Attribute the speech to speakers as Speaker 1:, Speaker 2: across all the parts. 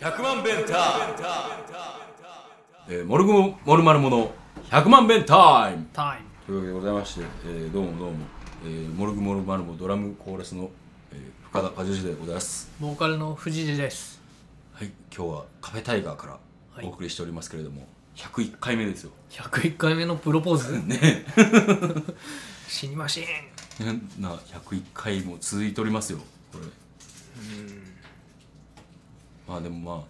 Speaker 1: 100万弁タイム、えー、モルグモモルマルモの100万弁タイム
Speaker 2: タイム
Speaker 1: というわけでございまして、えー、どうもどうも、えー、モルグモルマルモドラムコーラスの、えー、深田果樹でございます
Speaker 2: ボーカルの藤井です
Speaker 1: はい今日はカフェタイガーから
Speaker 2: はい
Speaker 1: お送りしておりますけれども、101回目ですよ
Speaker 2: 101回目のプロポーズ
Speaker 1: ね
Speaker 2: 死にましん
Speaker 1: な101回も続いておりますよこれまあでもま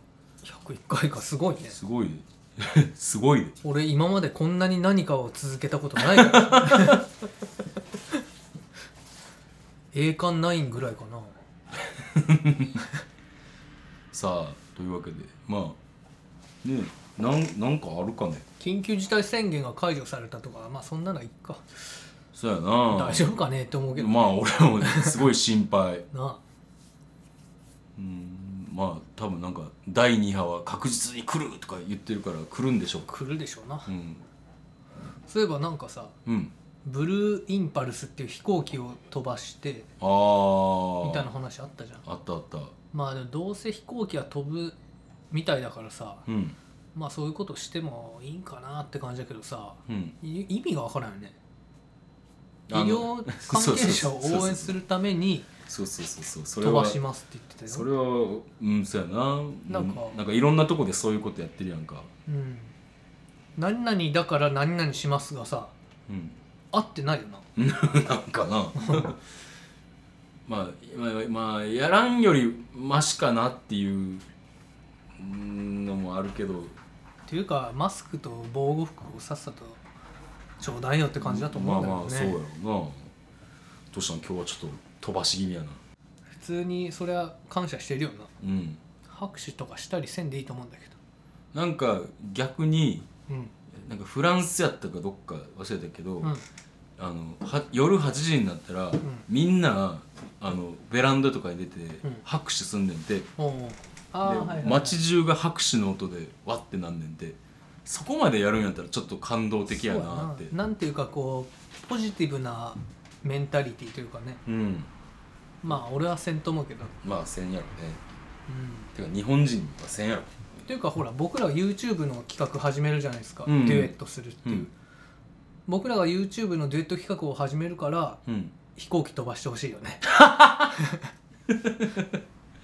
Speaker 2: 101回かすごいね
Speaker 1: あすごい すごい
Speaker 2: 俺今までこんなに何かを続けたことないから 栄冠ナインぐらいかな
Speaker 1: さあというわけでまあねえなんなんかあるかね
Speaker 2: 緊急事態宣言が解除されたとかまあそんなのいっか
Speaker 1: そうやな
Speaker 2: 大丈夫かねって思うけど、
Speaker 1: まあ俺もねすごい心 配
Speaker 2: な
Speaker 1: うんまあ多分なんか第2波は確実に来るとか言ってるから来るんでしょうか
Speaker 2: 来るでしょうな、
Speaker 1: うん
Speaker 2: そういえばなんかさ
Speaker 1: うん
Speaker 2: ブルーインパルスっていう飛行機を飛ばして
Speaker 1: あ
Speaker 2: みたい
Speaker 1: あ
Speaker 2: な話あったじゃん
Speaker 1: あったあった
Speaker 2: まあでもどうせ飛行機は飛ぶみたいだからさ、
Speaker 1: うん
Speaker 2: まあそういうことしてもいいんかなって感じだけどさ
Speaker 1: うん
Speaker 2: い意味がわからんよね医
Speaker 1: あの
Speaker 2: 療関係者を応援するために
Speaker 1: そうそうそうそうそれ
Speaker 2: 飛
Speaker 1: は
Speaker 2: ばしますって言ってた
Speaker 1: そ
Speaker 2: よ、
Speaker 1: れはうんそうやな
Speaker 2: なんか
Speaker 1: うなんかいろんなとこでそういうことやってるやんか
Speaker 2: うん、何々だから何々しますがさ
Speaker 1: うん
Speaker 2: 合ってないよな
Speaker 1: なんかなまあまあ、まあ、やらんよりマシかなっていううんのもあるけど
Speaker 2: っていうかマスクと防護服をさっさとちょうだいよって感じだと思うんだ
Speaker 1: まあまあ
Speaker 2: け
Speaker 1: そう
Speaker 2: ど
Speaker 1: や
Speaker 2: ね、
Speaker 1: ろうなどうしたの今日はちょっと飛ばし気味やな
Speaker 2: 普通にそれは感謝してるよな
Speaker 1: うん
Speaker 2: 拍手とかしたりせんでいいと思うんだけ
Speaker 1: なんか逆に
Speaker 2: どうん
Speaker 1: なんかフランスやったかどっか忘れたけど、
Speaker 2: うん
Speaker 1: あのは夜8時になったら、みんなあのベランダとかに出て
Speaker 2: ん
Speaker 1: 拍手すんねんて、
Speaker 2: おうおうあー
Speaker 1: で
Speaker 2: はいはいはい
Speaker 1: 街中が拍手の音でわってなんねんてそこまでやるんやったらちょっと感動的やなって
Speaker 2: そうやなんていうかこうポジティブなメンタリティというかね
Speaker 1: うん
Speaker 2: まあ俺はせんと思うけど、
Speaker 1: まあせんやろね
Speaker 2: う
Speaker 1: てか日本人はせんやろ
Speaker 2: ん、というかほら僕ら YouTube の企画始めるじゃないですか、
Speaker 1: うん
Speaker 2: デュエットするっていう、
Speaker 1: うん
Speaker 2: 僕らが YouTube のデュエット企画を始めるから
Speaker 1: うん
Speaker 2: 飛行機飛ばしてほしい よね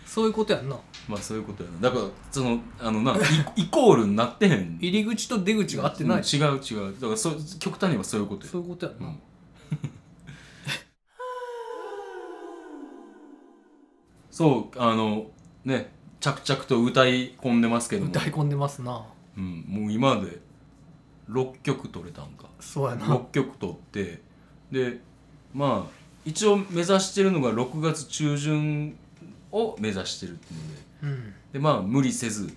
Speaker 2: そういうことやんな
Speaker 1: まあそういうことやなだからそのあのなイイ コールになってへん
Speaker 2: 入り口と出口が合ってない、
Speaker 1: うん違う違うだからそう極端にはそういうことや
Speaker 2: そういうことやんな、
Speaker 1: うんそうあのね着々と歌い込んでますけども
Speaker 2: 歌い込んでますな
Speaker 1: うん、もう今まで6曲取れたんか
Speaker 2: そうやな
Speaker 1: 6曲取ってでまあ一応目指してるのが6月中旬を目指してるっていうので
Speaker 2: うん
Speaker 1: でまあ無理せずっ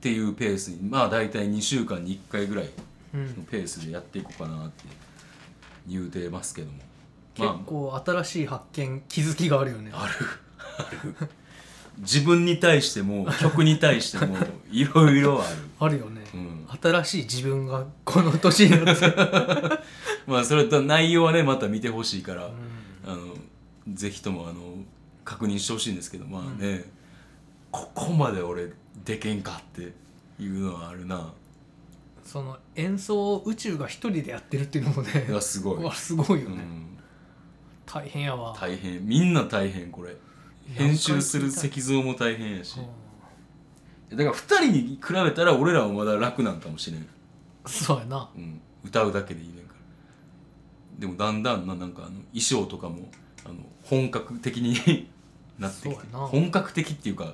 Speaker 1: ていうペースにまあ大体2週間に1回ぐらい
Speaker 2: うん
Speaker 1: のペースでやっていこうかなって言うてますけども
Speaker 2: 結
Speaker 1: ま
Speaker 2: 構新しい発見気づきがあるよね
Speaker 1: あ自分に対しても曲に対してもいろいろある、
Speaker 2: あるよね、
Speaker 1: うん、
Speaker 2: 新しい自分がこの年に なって、
Speaker 1: まあそれと内容はねまた見てほしいから、
Speaker 2: う
Speaker 1: あのぜひともあの確認してほしいんですけどまあね、ここまで俺でけんかっていうのはあるな
Speaker 2: その演奏を宇宙が一人でやってるっていうのもね
Speaker 1: いやすごい
Speaker 2: わすごいよ
Speaker 1: う
Speaker 2: ね、
Speaker 1: ん、
Speaker 2: 大変やわ
Speaker 1: 大変みんな大変これ編集する石像も大変やしだから2人に比べたら俺らはまだ楽なんかもしれん、
Speaker 2: うんそうやな
Speaker 1: うん、歌うだけでいいねんからでもだんだんななんかあの衣装とかもあの本格的に なってきて
Speaker 2: そうやな
Speaker 1: 本格的っていうか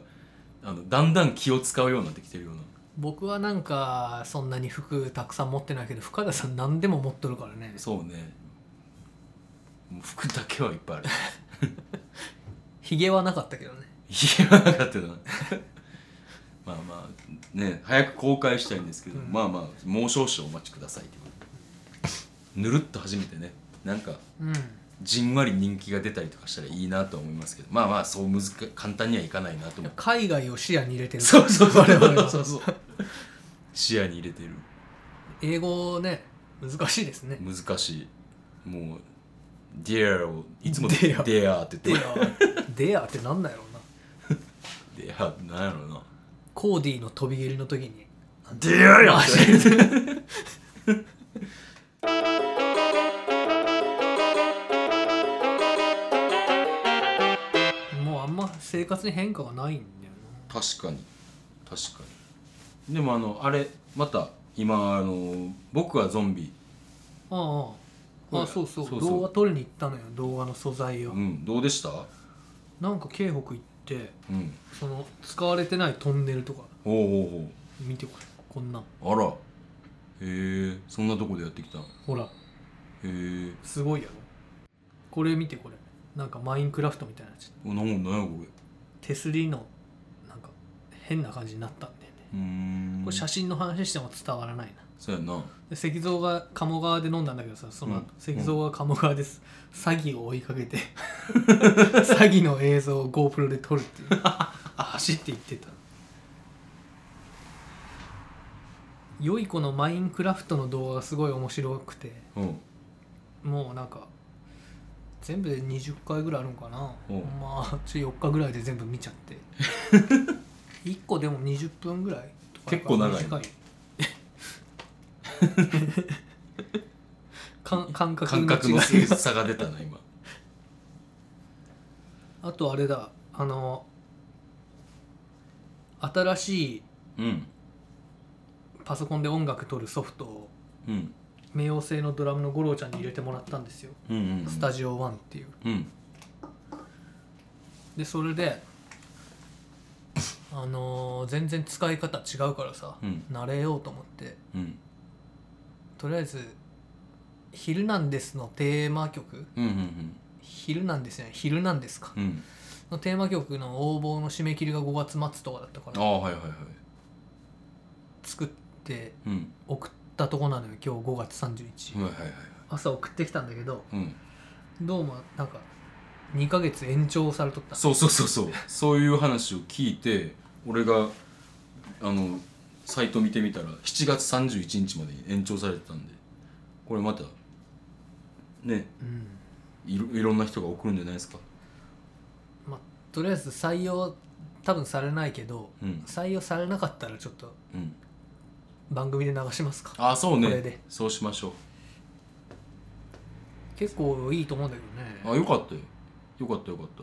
Speaker 1: あのだんだん気を使うようになってきてるような
Speaker 2: 僕はなんかそんなに服たくさん持ってないけど深田さん何でも持っとるからね
Speaker 1: そうねもう服だけはいっぱいある
Speaker 2: ひげはなかったけどね
Speaker 1: 言わなかったな まあまあね早く公開したいんですけど、
Speaker 2: うん
Speaker 1: まあまあもう少々お待ちくださいってことぬるっと初めてねなんか
Speaker 2: うん
Speaker 1: じんわり人気が出たりとかしたらいいなとは思いますけどまあまあそう難か簡単にはいかないなと思って
Speaker 2: 海外を視野に入れてる
Speaker 1: そうそうそう
Speaker 2: 我々は
Speaker 1: そうそう視野に入れてる
Speaker 2: 英語ね難しいですね
Speaker 1: 難しいもうディアをいつ もデ
Speaker 2: Dear
Speaker 1: ィアって
Speaker 2: デ
Speaker 1: 言
Speaker 2: ア
Speaker 1: って
Speaker 2: デアってなんだろうな
Speaker 1: ディアってなんやろう な
Speaker 2: コーディの飛び蹴りの時に
Speaker 1: ディア やん
Speaker 2: マジ もうあんま生活に変化がないんだよ
Speaker 1: 確かに確かにでもあのあれまた今あの僕はゾンビ
Speaker 2: なあああああそうそう
Speaker 1: そうそう
Speaker 2: 動画撮りに行ったのよ動画の素材を、
Speaker 1: うんどうでした
Speaker 2: なんか京北行って
Speaker 1: うん
Speaker 2: その使われてないトンネルとか
Speaker 1: ほうほ
Speaker 2: 見てこれこんなん
Speaker 1: うほうあらへえそんなとこでやってきたへ
Speaker 2: ほら
Speaker 1: え
Speaker 2: すごいやろこれ見てこれなんかマインクラフトみたいなやつ
Speaker 1: おなんもないこれ
Speaker 2: 手すりのなんか変な感じになったんだよね
Speaker 1: うーん
Speaker 2: これ写
Speaker 1: 真
Speaker 2: 真の話しても伝わらないな
Speaker 1: そうやな
Speaker 2: で石像が鴨川で飲んだんだけどさその後、
Speaker 1: うん
Speaker 2: 石像が鴨川です詐欺を追いかけて 詐欺の映像を GoPro で撮るっていう走って行ってた良い子のマインクラフトの動画がすごい面白くて
Speaker 1: うん
Speaker 2: もうなんか全部で20回ぐらいあるんかな
Speaker 1: おう
Speaker 2: まあちょ4日ぐらいで全部見ちゃって 一個でも20分ぐらいとか
Speaker 1: 結構長いね
Speaker 2: 短 かん感覚
Speaker 1: 感覚の
Speaker 2: 違いが
Speaker 1: 差が出 たな今
Speaker 2: あとあれだあの新しい
Speaker 1: うん
Speaker 2: パソコンで音楽撮るソフトを
Speaker 1: うん
Speaker 2: 冥王星のドラムの五郎ちゃんに入れてもらったんですよ、
Speaker 1: うんうんうん
Speaker 2: スタジオワンっていう
Speaker 1: うん
Speaker 2: でそれであのー全然使い方違うからさ、
Speaker 1: うん
Speaker 2: 慣れようと思って
Speaker 1: うん
Speaker 2: とりあえず「ヒルナンデス」のテーマ曲
Speaker 1: うんうん
Speaker 2: 「ヒルナンデス」じゃない「ヒルナンデスか」
Speaker 1: うんうん
Speaker 2: のテーマ曲の応募の締め切りが5月末とかだったか
Speaker 1: あ
Speaker 2: ら
Speaker 1: あはいはいはい
Speaker 2: 作って
Speaker 1: うん
Speaker 2: 送ったとこなのよ今日5月31、
Speaker 1: はいはいはいはい
Speaker 2: 朝送ってきたんだけど
Speaker 1: うん
Speaker 2: どうもなんか2ヶ月延長されとった
Speaker 1: そうそうそうそうそういう話を聞いて俺があのサイト見てみたら7月31日まで延長されてたんでこれまたね
Speaker 2: うん
Speaker 1: いろいろんな人が送るんじゃないですか
Speaker 2: まあとりあえず採用多分されないけど、
Speaker 1: うん
Speaker 2: 採用されなかったらちょっと
Speaker 1: うん
Speaker 2: 番組で流しますか
Speaker 1: ああそう
Speaker 2: これで
Speaker 1: ねそうしましょ
Speaker 2: 結構いいと思うんだけ
Speaker 1: う
Speaker 2: ど
Speaker 1: あ
Speaker 2: ね
Speaker 1: よかったよよかったよかった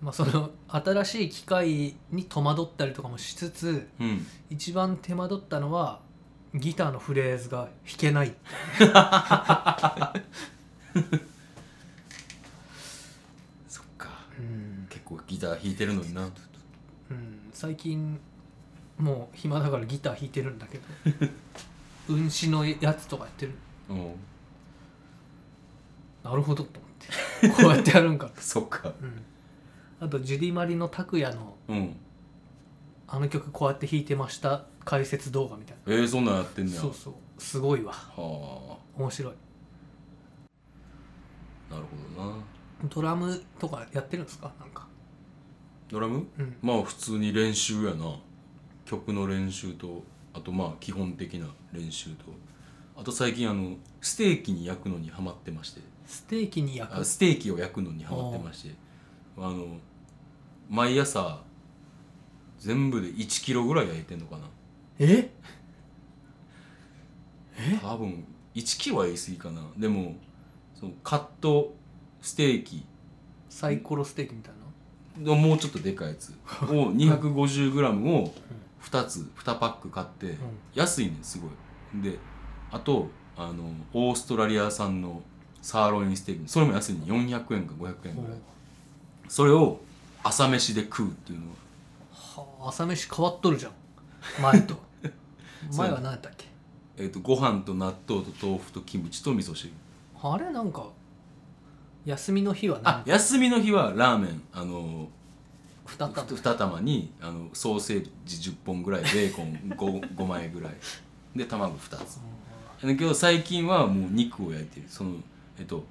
Speaker 2: まあその新しい機械に戸惑ったりとかもしつつ
Speaker 1: うん
Speaker 2: 一番手間取ったのはギターのフレーズが弾けない
Speaker 1: そっか
Speaker 2: うん、
Speaker 1: 結構ギター弾いてるのにな
Speaker 2: うん、最近もう暇だからギター弾いてるんだ けど運指のやつとかやってる
Speaker 1: うん
Speaker 2: なるほどと思ってこうやってやるんかと
Speaker 1: そっか
Speaker 2: うんあとジュディ・マリの拓哉の
Speaker 1: うん
Speaker 2: あの曲こうやって弾いてました解説動画みたい
Speaker 1: えー、そんなんやってんね
Speaker 2: な
Speaker 1: や
Speaker 2: そうそうすごいわ
Speaker 1: は
Speaker 2: 面白い
Speaker 1: あなるほどな
Speaker 2: ドラムとかやってるんですかなんか
Speaker 1: ドラム
Speaker 2: うん
Speaker 1: まあ普通に練習やな曲の練習とあとまあ基本的な練習とあと最近あのステーキに焼くのにハマってまして
Speaker 2: ステーキに焼
Speaker 1: あ
Speaker 2: く
Speaker 1: ステーキを焼くのにハマってましてあの毎朝全部で1キロぐらい焼いてんのかな
Speaker 2: え
Speaker 1: 多分1キロは言い過ぎかなでもそのカットステーキ
Speaker 2: サイコロステーキみたい
Speaker 1: のもうちょっとでかいや つを 250g を2つ2パック買って、
Speaker 2: な、
Speaker 1: 安いねすごいであとあのオーストラリア産のサーロインステーキそれも安いね400円か500円
Speaker 2: うん
Speaker 1: ぐらいそれを朝飯で食うっていうのが
Speaker 2: はあ朝飯変わっとるじゃん 前と前は何やったっけ
Speaker 1: えっとご飯と納豆と豆腐とキムチと味噌汁
Speaker 2: あれなんか休みの日は
Speaker 1: あ
Speaker 2: 何
Speaker 1: 休みの日はラーメンあの
Speaker 2: 二玉
Speaker 1: 2玉にあのソーセージ10本ぐらいベーコン 5, 5枚ぐらいで卵2つだけど最近はもう肉を焼いてるそのえっと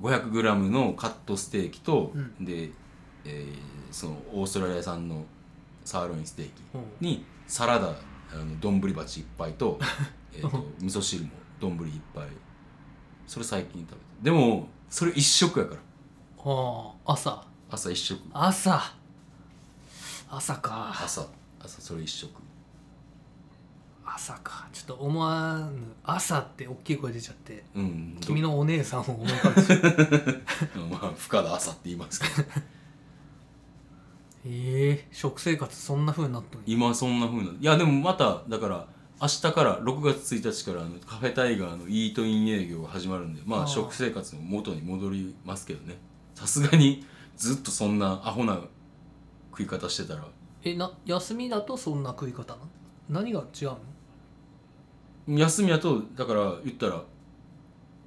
Speaker 1: 500g のカットステーキと、
Speaker 2: うん
Speaker 1: で、えーそのオーストラリア産のサーロインステーキ
Speaker 2: うん
Speaker 1: にサラダあの丼鉢いっぱい とえーと味噌汁も丼いっぱいそれ最近食べたでもそれ一食やから
Speaker 2: ああ朝
Speaker 1: 朝一食
Speaker 2: 朝朝か
Speaker 1: 朝朝それ一食
Speaker 2: 朝かちょっと思わぬ朝って大きい声出ちゃって
Speaker 1: うん
Speaker 2: 君
Speaker 1: の
Speaker 2: のお姉さんを思い 浮かべてしまう
Speaker 1: まあ深田朝って言いますけど
Speaker 2: ええ食生活そんな風になったんや
Speaker 1: 今そんなふうないやでもまただから明日から6月1日からあのカフェタイガーのイートイン営業が始まるんでま
Speaker 2: あ
Speaker 1: あ
Speaker 2: ー
Speaker 1: 食生活の元に戻りますけどねさすがにずっとそんなアホな食い方してたら
Speaker 2: えな休みだとそんな食い方なの何が違うの
Speaker 1: 休みやとだから言ったら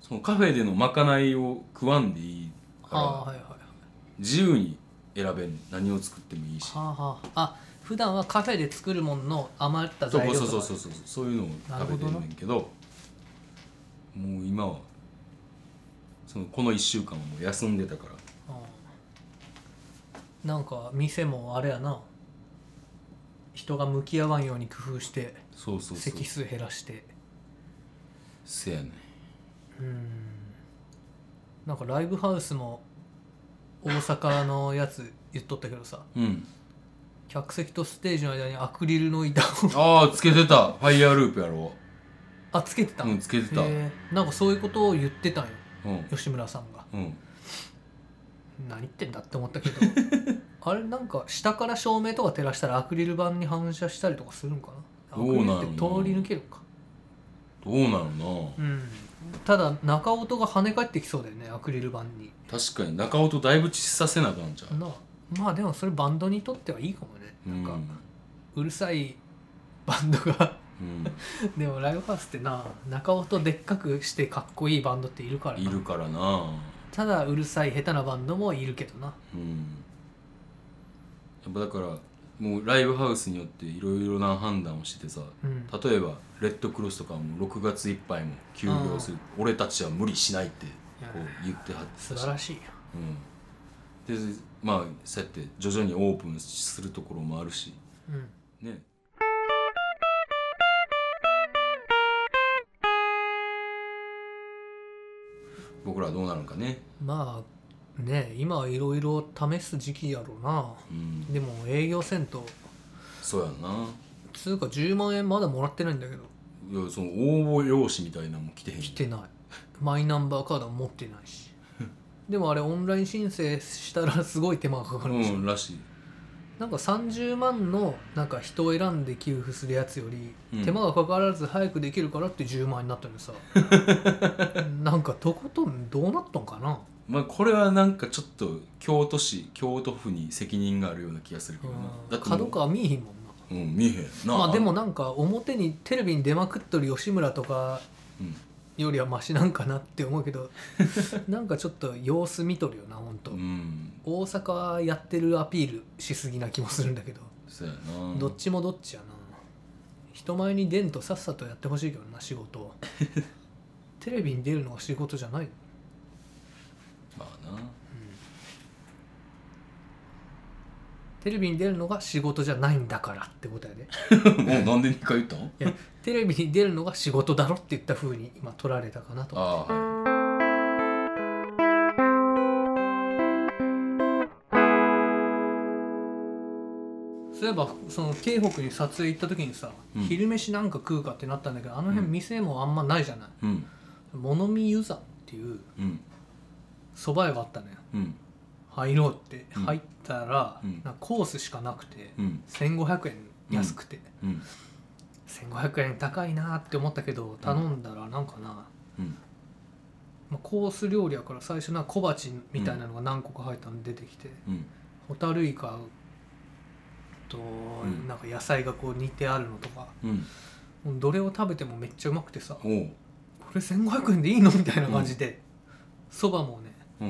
Speaker 1: そのカフェでのまかないを食わんでいい
Speaker 2: ああ
Speaker 1: から
Speaker 2: はいはいはい
Speaker 1: 自由に選べん何を作ってもいいし
Speaker 2: はあ、はあ、あ普段はカフェで作るものの余った
Speaker 1: そう
Speaker 2: 材料と
Speaker 1: そ
Speaker 2: か
Speaker 1: うそうそうそうそういうのを食べてんねんけどもう今はそのこの1週間はもう休んでたから
Speaker 2: うんなんか店もあれやな人が向き合わんように工夫して
Speaker 1: そうそうそう
Speaker 2: 席数減らして
Speaker 1: せやねん
Speaker 2: うんなんかライブハウスも大阪のやつ言っとったけどさ
Speaker 1: うん
Speaker 2: 客席とステージの間にアクリルの板を
Speaker 1: ああつけてたファイヤーループやろ
Speaker 2: あつけてた、
Speaker 1: うんつけてたうん
Speaker 2: へえなんかそういうことを言ってたんよ吉村さんが
Speaker 1: うん
Speaker 2: 何言ってんだって思ったけど あれなんか下から照明とか照らしたらアクリル板に反射したりとかするんかな
Speaker 1: どうなんやろ
Speaker 2: アクリルって通り抜けるか
Speaker 1: どうなのな
Speaker 2: うんただ中音が跳ね返ってきそうだよねアクリル板に
Speaker 1: 確かに中音だいぶ小させなあかんちゃう
Speaker 2: なあまあでもそれバンドにとってはいいかもねなんか、うるさいバンドが
Speaker 1: うん
Speaker 2: でもライブハウスってな中音でっかくしてかっこいいバンドっているから
Speaker 1: い
Speaker 2: な
Speaker 1: るからな
Speaker 2: ただうるさい下手なバンドもいるけどな
Speaker 1: うんやっぱだからもうライブハウスによっていろいろな判断をしててさ
Speaker 2: うん
Speaker 1: 例えばレッドクロスとかはもう6月いっぱいも休業する俺たちは無理しないってこう言ってはってたし
Speaker 2: 素晴らしいよ
Speaker 1: うん、でまあそうやって徐々にオープンするところもあるし
Speaker 2: うん
Speaker 1: ね僕らはどうなるのかね、
Speaker 2: まあね今はいろいろ試す時期やろうな
Speaker 1: うん、
Speaker 2: でも営業せんと
Speaker 1: そうやんな
Speaker 2: つうか10万円まだもらってないんだけど
Speaker 1: いやその応募用紙みたいなのも来てへん
Speaker 2: 来てないマイナンバーカードも持ってないしでもあれオンライン申請したらすごい手間がかかるでしょ、
Speaker 1: うんらしい
Speaker 2: なんか30万のなんか人を選んで給付するやつより、
Speaker 1: うん
Speaker 2: 手間がかからず早くできるからって10万になった のにさなんかとことんどうなったんかな
Speaker 1: まあこれはなんかちょっと京都市京都府に責任があるような気がするけどなだっても
Speaker 2: 角
Speaker 1: う
Speaker 2: 川見えひんもんな
Speaker 1: うん見えへんな
Speaker 2: まあでもなんか表にテレビに出まくっとる吉村とか
Speaker 1: うん
Speaker 2: よりはマシなんかなって思う けどなんかちょっと様子見とるよな本当、
Speaker 1: うん
Speaker 2: 大阪やってるアピールしすぎな気もするんだけど、
Speaker 1: そうやな
Speaker 2: どっちもどっちやな人前に出んとさっさとやってほしいけどな仕 事をテレビに出るのが仕事じゃないの、
Speaker 1: まあな
Speaker 2: テレビに出るのが仕事じゃないんだからってことやで、
Speaker 1: もうなんで2回言ったん
Speaker 2: いやテレビに出るのが仕事だろって言った風に今取られたかなと思って
Speaker 1: ああはい
Speaker 2: そういえばその京北に撮影行った時にさ、
Speaker 1: うん
Speaker 2: 昼飯なんか食うかってなったんだけどあの辺店もあんまないじゃない、
Speaker 1: うん
Speaker 2: 物見湯山っていう
Speaker 1: うん
Speaker 2: 蕎麦屋があったのよ
Speaker 1: うん
Speaker 2: 入ろうって
Speaker 1: うん
Speaker 2: 入ったら、
Speaker 1: うん
Speaker 2: なんかコースしかなくて、
Speaker 1: うん
Speaker 2: 1500円安くて、
Speaker 1: うん
Speaker 2: 1500円高いなって思ったけど頼んだらなんかな、
Speaker 1: うん
Speaker 2: まあ、コース料理やから最初なんか小鉢みたいなのが何個か入ったの出てきて、
Speaker 1: うん
Speaker 2: ホタルイカと、
Speaker 1: ん
Speaker 2: なんか野菜がこう煮てあるのとか
Speaker 1: うん
Speaker 2: もうどれを食べてもめっちゃうまくてさこ
Speaker 1: おう
Speaker 2: れ1500円でいいのみたいな感じでそば、蕎麦もね
Speaker 1: う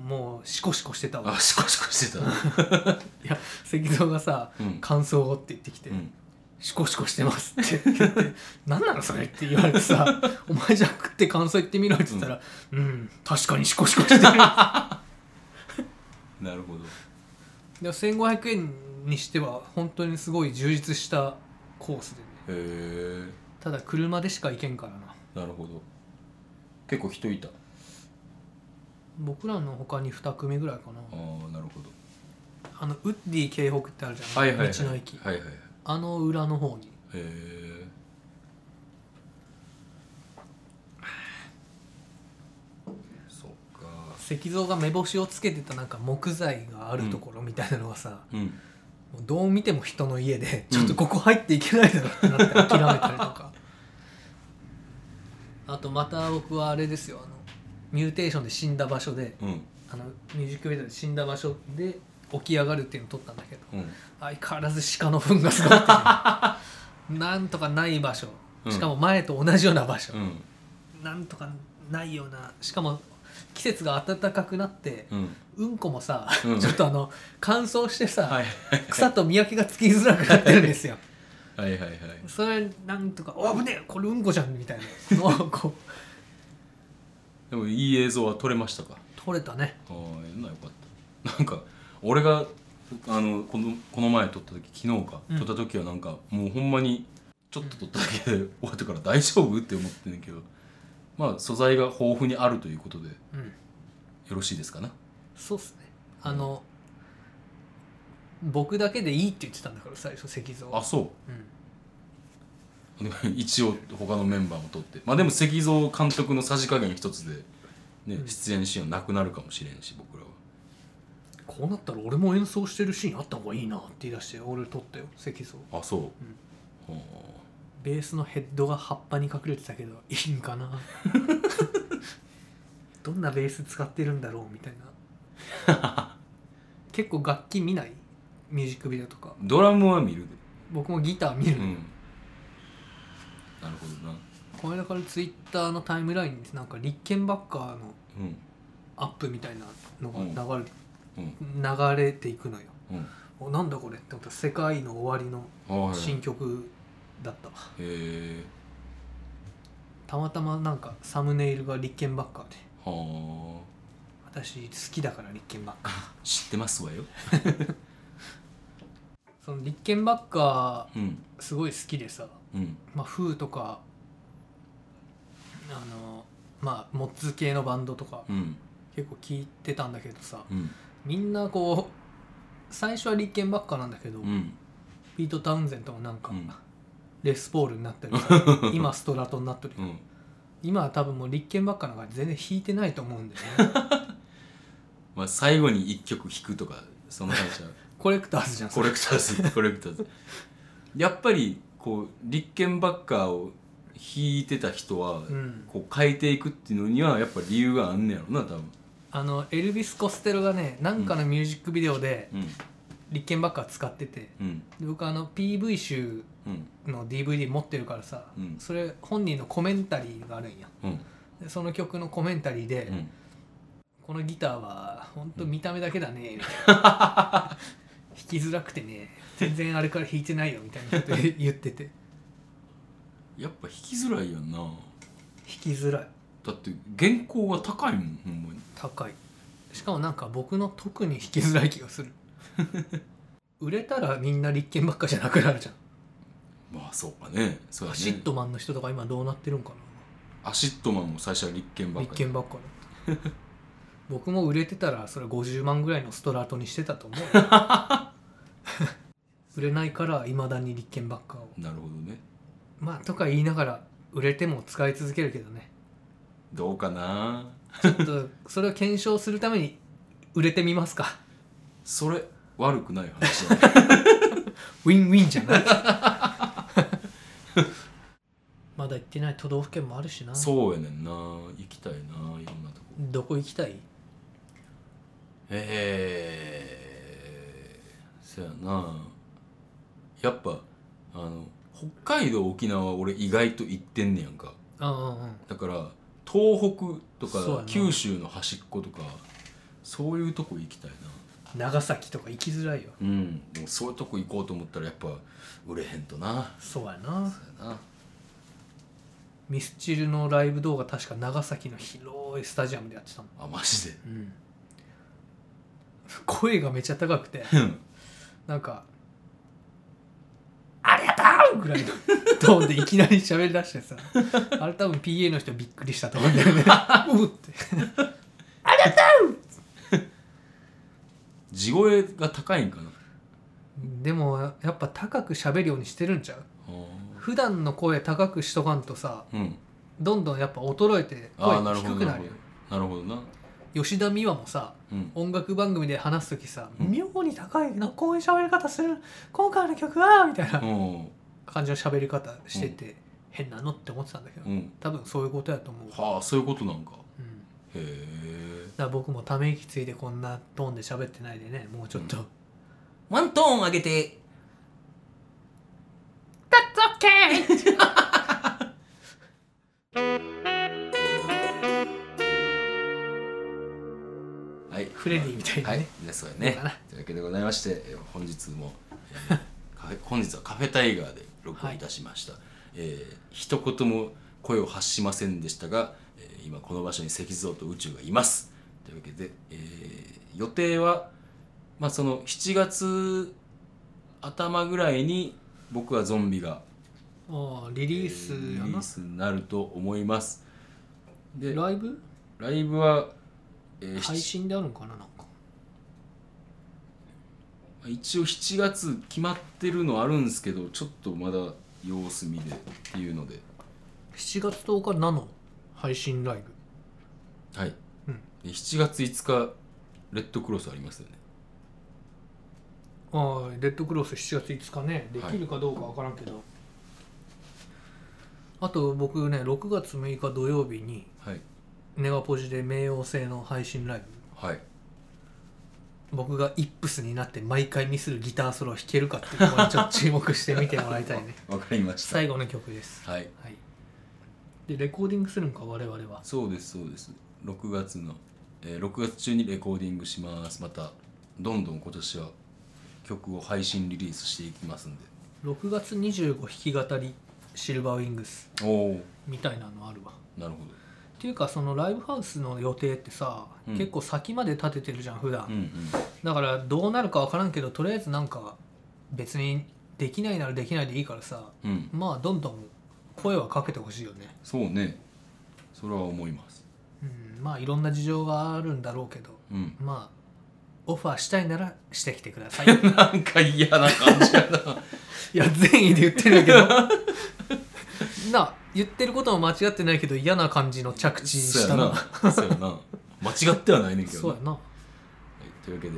Speaker 1: ん
Speaker 2: もうシコシコしてたわ
Speaker 1: あシコシコしてた
Speaker 2: いや石像がさ
Speaker 1: う
Speaker 2: 「
Speaker 1: ん
Speaker 2: 感想を」って言ってきて
Speaker 1: うん
Speaker 2: 「シコシコしてます」って言って「何なのそれ」って言われ てさ「お前じゃあ食って感想言ってみろ」って言ったら「うん確かにシコシコしてる」
Speaker 1: なるほど
Speaker 2: でも1500円にしては本当にすごい充実したコースでね
Speaker 1: へえ
Speaker 2: ただ車でしか行けんからな
Speaker 1: なるほど結構人いたあ
Speaker 2: 僕らの他に2組ぐらいかな
Speaker 1: あーなるほど
Speaker 2: あのウッディ京北ってあるじゃん、
Speaker 1: はいはいはい
Speaker 2: 道の駅
Speaker 1: はいはいはいへ
Speaker 2: あの裏の方に
Speaker 1: えそっか
Speaker 2: 石像が目星をつけてたなんか木材があるところみたいなのがさ、
Speaker 1: うん
Speaker 2: もうどう見ても人の家で
Speaker 1: うん
Speaker 2: ちょっとここ入っていけないだろうってなって諦めたりとか あとまた僕はあれですよあのミューテーションで死んだ場所で
Speaker 1: うん
Speaker 2: あのミュージックビデオで死んだ場所で起き上がるっていうのを撮ったんだけど
Speaker 1: うん
Speaker 2: 相変わらず鹿の糞がすごいっていう なんとかない場所
Speaker 1: うん
Speaker 2: しかも前と同じような場所、
Speaker 1: うん
Speaker 2: なんとかないようなしかも季節が暖かくなって、
Speaker 1: うん
Speaker 2: うんこもさ、
Speaker 1: うん
Speaker 2: ちょっとあの乾燥してさ、
Speaker 1: はい
Speaker 2: 草と見分けがつきづらくなってるんですよ
Speaker 1: はいはいはい
Speaker 2: それなんとか「お危ねえこれうんこじゃん」みたい なのをこう
Speaker 1: でもいい映像は撮れましたか
Speaker 2: 取れたね
Speaker 1: ああなよかったなんか俺があのこのこの前撮った時昨日か、
Speaker 2: うん
Speaker 1: 撮った時はなんかもうほんまにちょっと撮っただけで終わってから大丈夫って思ってんねんけどまあ素材が豊富にあるということでよ
Speaker 2: うん
Speaker 1: ろしいですかな
Speaker 2: そうっすねあの、僕だけでいいって言ってたんだから最初石像
Speaker 1: あそう
Speaker 2: うん
Speaker 1: でも 一応他のメンバーも撮ってまあでも石像監督のさじ加減一つで、ね
Speaker 2: うん
Speaker 1: 出演シーンはなくなるかもしれんし僕らは
Speaker 2: こうなったら俺も演奏してるシーンあった方がいいなって言い出して俺撮ったよ石像
Speaker 1: あそう、は
Speaker 2: ベースのヘッドが葉っぱに隠れてたけど いいんかなどんなベース使ってるんだろうみたいな 結構楽器見ないミュージックビデオとか
Speaker 1: あドラムは見るで
Speaker 2: 僕もギター見る、
Speaker 1: うんなるほどな
Speaker 2: この間からツイッターのタイムラインになんかリッケンバッカーの
Speaker 1: うん
Speaker 2: アップみたいなのが流れ,、
Speaker 1: うん
Speaker 2: 流れていくのよ
Speaker 1: うん
Speaker 2: おなんだこれって思ったら「世界の終わり」の
Speaker 1: はい
Speaker 2: 新曲だったわ
Speaker 1: へえ
Speaker 2: たまたまなんかサムネイルがリッケンバッカーで
Speaker 1: は
Speaker 2: 私好きだからリッケンバッカー
Speaker 1: あ知ってますわよ
Speaker 2: その立憲ばっか
Speaker 1: うん
Speaker 2: すごい好きでさ、
Speaker 1: うん
Speaker 2: まあ、フーとかあのまあモッツ系のバンドとか
Speaker 1: うん
Speaker 2: 結構聞いてたんだけどさ
Speaker 1: うん
Speaker 2: みんなこう最初は立憲ばっかなんだけど、
Speaker 1: うん
Speaker 2: ピート・タウンゼントもなんか、
Speaker 1: うん
Speaker 2: レスポールになった りさ今ストラトになったり
Speaker 1: うん
Speaker 2: 今は多分もう立憲ばっかなんか全然弾いてないと思うんだよ ね
Speaker 1: まあ最後に一曲弾くとかそんな話は
Speaker 2: コレクターズじゃん
Speaker 1: コレクター ズコレクターズやっぱりこう立憲ばっかを弾いてた人は
Speaker 2: うん
Speaker 1: こう変えていくっていうのにはやっぱ理由があんねやろな多分
Speaker 2: あのエルビス・コステロがねなんかのミュージックビデオで
Speaker 1: うん
Speaker 2: 立憲ばっか使ってて、
Speaker 1: うん
Speaker 2: で僕あの PV 集
Speaker 1: うん
Speaker 2: の DVD 持ってるからさ、
Speaker 1: うん
Speaker 2: それ本人のコメンタリーがあるんや
Speaker 1: うん
Speaker 2: でその曲のコメンタリーで、
Speaker 1: うん
Speaker 2: このギターは本当見た目だけだねみたいな 弾きづらくてね全然あれから弾いてないよみたい なこと言ってて弾
Speaker 1: やっぱ弾きづらいやんな
Speaker 2: きづらい
Speaker 1: だって原稿が高いもんほんまに
Speaker 2: 高いしかもなんか僕の特に弾きづらい気がす る売れたらみんな立憲ばっかじゃなくなるじゃん、
Speaker 1: まあそうかねそうや
Speaker 2: ア
Speaker 1: ね
Speaker 2: シットマンの人とか今どうなってるんか
Speaker 1: アシットマンも最初は立憲
Speaker 2: な
Speaker 1: ばっ
Speaker 2: 立
Speaker 1: かり
Speaker 2: 憲ばっかだった僕も売れてたらそれ50万ぐらいのストラートにしてたと思うよ売れないからいまだに立憲ばっかを
Speaker 1: なるほどね
Speaker 2: まあとか言いながら売れても使い続けるけどね
Speaker 1: どうかな
Speaker 2: ちょっとそれを検証するために売れてみますか
Speaker 1: それ悪くない話だ ね
Speaker 2: ウィンウィンじゃないまだ行ってない都道府県もあるしな
Speaker 1: そうやねんな行きたいないろんなとこ
Speaker 2: どこ行きたい
Speaker 1: ええそやなやっぱあの北海道沖縄俺意外と行ってんねやんか
Speaker 2: うんうんうん
Speaker 1: だから東北と
Speaker 2: そうや
Speaker 1: か
Speaker 2: な
Speaker 1: 九州の端っことかそういうとこ行きたいな
Speaker 2: 長崎とか行きづらいよ
Speaker 1: うんでもそういうとこ行こうと思ったらやっぱ売れへんとな
Speaker 2: そうやな
Speaker 1: そやな
Speaker 2: ミスチルのライブ動画確か長崎の広いスタジアムでやってたもん、
Speaker 1: あマジで
Speaker 2: 声がめちゃ高くて
Speaker 1: うん
Speaker 2: なんか「ありがとう!」ぐらいのトーンでいきなり喋り出して さあれ多分 PA の人びっくりしたと思うんだよねうって
Speaker 1: 地声が高いんかな
Speaker 2: でもやっぱ高く喋るようにしてるんちゃう
Speaker 1: あ
Speaker 2: 普段の声高くしとかんとさ
Speaker 1: ーうん
Speaker 2: どんどんやっぱ衰えて
Speaker 1: あ
Speaker 2: 声
Speaker 1: あなるほ
Speaker 2: 低
Speaker 1: ど
Speaker 2: くな
Speaker 1: なるほ
Speaker 2: るよ
Speaker 1: どなるほどな
Speaker 2: 吉田美和もさ
Speaker 1: うん
Speaker 2: 音楽番組で話す時さ、
Speaker 1: うん
Speaker 2: 妙に高いなこういう喋り方する今回の曲はみたいな
Speaker 1: うん
Speaker 2: 感じの喋り方してて、変なのって思ってたんだけど、
Speaker 1: うん
Speaker 2: 多分そういうことやと思う、
Speaker 1: はあそういうことなんか
Speaker 2: うん
Speaker 1: へえ
Speaker 2: だから僕もため息ついてこんなトーンで喋ってないでねもうちょっと、
Speaker 1: うワントーン上げて
Speaker 2: That's okay!
Speaker 1: はい
Speaker 2: フレディみたいな
Speaker 1: は
Speaker 2: ね、
Speaker 1: い、でそうやね
Speaker 2: そうだな。
Speaker 1: というわけでございまして、えー本日も、えーカフェ本日はカフェタイガーで録音いたしました。えー一言も声を発しませんでしたが、えー今この場所に石像と宇宙がいます。というわけで、えー予定は、まあ、その7月頭ぐらいに僕はゾンビが
Speaker 2: ああリリース
Speaker 1: えー
Speaker 2: や
Speaker 1: リリ
Speaker 2: な
Speaker 1: ー、スになると思います。で、
Speaker 2: ライブ
Speaker 1: ライブは、えー
Speaker 2: 配信であるのかななんか
Speaker 1: 一応7月決まってるのあるんですけどちょっとまだ様子見でっていうので
Speaker 2: 7月10日なの配信ライブ
Speaker 1: はい、
Speaker 2: うん
Speaker 1: で7月5日レッドクロスありますよね
Speaker 2: ああレッドクロス7月5日ねできるかどうかわからんけど、あと僕ね6月6日土曜日に
Speaker 1: はい
Speaker 2: ネガポジで冥王星の配信ライ
Speaker 1: はい
Speaker 2: ブ僕がイップスになって毎回ミスるギターソロを弾けるかっていうところにちょっと注目してみてもらいたい ね
Speaker 1: わかりました
Speaker 2: 最後の曲です
Speaker 1: はい
Speaker 2: はいでレコーディングするんか我々は
Speaker 1: そうですそうです6月の、えー6月中にレコーディングしますまたどんどん今年は曲を配信リリースしていきますんで
Speaker 2: 6月25弾き語りシルバーウィングス
Speaker 1: おお
Speaker 2: みたいなのあるわ
Speaker 1: なるほ
Speaker 2: っていうかそのライブハウスの予定って
Speaker 1: う
Speaker 2: さ、
Speaker 1: ん
Speaker 2: 結構先まで立ててるじゃん普段、
Speaker 1: どうんうん
Speaker 2: だからどうなるか分からんけどとりあえずなんか別にできないならできないでいいからさ
Speaker 1: うん
Speaker 2: まあどんどん声はかけてほしいよね
Speaker 1: そうねそれは思います
Speaker 2: うんまあいろんな事情があるんだろうけど
Speaker 1: うん
Speaker 2: まあオファーしたいならしてきてく ださい
Speaker 1: なんか嫌な感じやない
Speaker 2: や善意で言ってるんやけどなあ言ってることも間違ってないけど嫌な感じの着地したな
Speaker 1: そうやなそうやな間違ってはないねんけど
Speaker 2: そう
Speaker 1: な
Speaker 2: やな
Speaker 1: はいというわけで、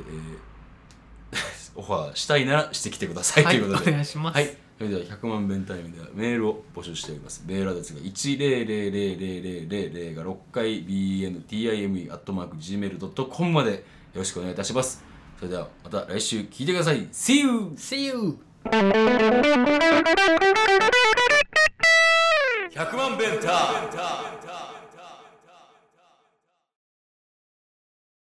Speaker 1: えー オファーしたいならしてきてください、
Speaker 2: はい
Speaker 1: ということで
Speaker 2: お願いします
Speaker 1: はいそれでは100万弁タイムではメールを募集しておりますメールアドレスが1000000が6回 bntime.gmail.com までよろしくお願いいたしますそれではまた来週聞いてください See you!
Speaker 2: See you!
Speaker 1: 100万弁タイム